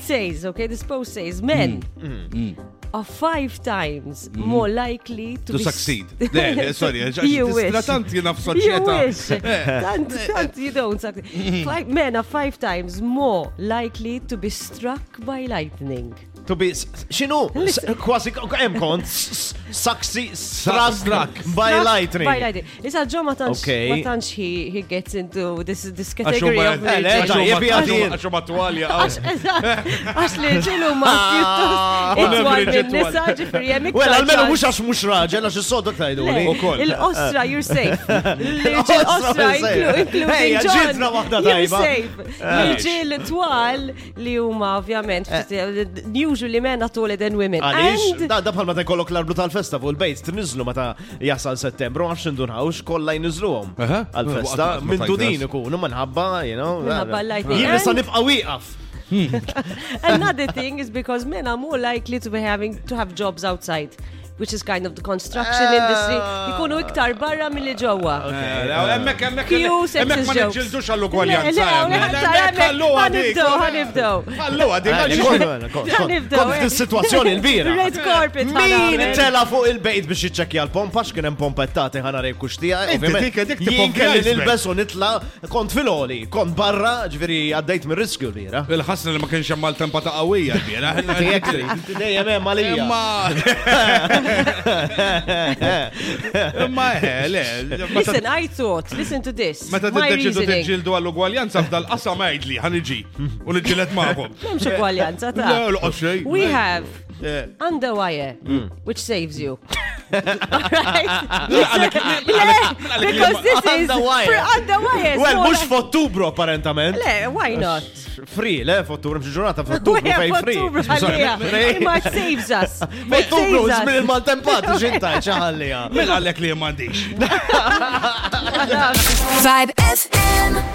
says, okay, this post says, men Mm, are five times more likely to, To be- succeed. Eh, Le, sorry, eh, You wish. stratant jena You f-soċieta. wish. eh, Tant, tant, you don't succeed. Mm. Five, men are five times more likely to be struck by lightning. To be s- xinu S- kważi hemm kont s- s- saksi struck struck. by Struck By lightning. lightning. Issa John ma tantx Okay. ma tantx he, he gets into this, this category of Eh, religion. eh, le, Għaxu matwalja. Għax eżatt, għax li ġilu ma Ah. pjuttost itwal Leverage minn nisa itwal. ġifri jemik. Well, almenu mhux għax mhux raġel għax is-sodok tgħiduli. ukoll. Il-osra, you're safe. Osra, Il-osra, you're safe. Hey, including John. ġidna waħda You're tajba. safe. Il-ġil twal li huma ovvjament, Eh. ftit- usually men are taller than women. Għalix, And da da palma ta' kollok l-arblu tal-festa fuq il-bejt, t-nizlu ma ta' jasal settembru, għax ndunħawx kolla jnizluhom. Aha. Għal-festa, Waqt- waqt minn ma tudin tajgras. ikunu, manħabba, you know. Minħabba l-lightning. Jien nista' And- nibqa' wieqaf. another thing is because men are more likely to be having to have jobs outside. Which is kind of the construction Ah. industry. Ikunu iktar barra mill-li ġewwa. Eh. Eh, Emmek, emmek, Few emmek sexist ma jokes. nġildux għallu Le- le- gwaljanza. eh. le- Għallu għadik. Ħanibdew, ħanibdew. Għallu Eh, għadik. Nibdew, Kont eh. fil-situazzjoni l-bira. Red carpet, Min ħanamel. tela fuq il-bejt biex jiċċekkja l-pompa x'kien hemm pompettati ħana rej kuxtija. Inti ovvjament. dik- dik tipo Jien kelli iceberg. nilbes u nitla kont fil-oli, kont barra, ġifieri għaddejt mir-riskju lira. Il-ħasna li ma kienx hemm maltempa ta' qawwija kbira. Jekri, dejjem hemm għalija. Imma. Imma eh, le. meta- Listen, I thought, listen to this. Meta My tiddeċidu reasoning. tiġġieldu għall-ugwaljanza f'dal qasam għajdli ħaniġi u niġġielet magħhom. Memx ugwaljanza Le, ta' loqgħod xejn. We have Eh. underwire, which saves you. għalek- Alright? għalek- għalek- Because this is Underwire. for underwire. Well, so mux like- f'Ottubru apparentament. Le, why not? Free, le, f'Ottubru, mxie ġurnata f'Ottubru Where fej for free. Tubra għalija? Imma it saves us. It F'Ottubru, saves żmien us. il-maltempat, xintaj, ċaħallija. Mela għalek li m'għandix. Vibe FM.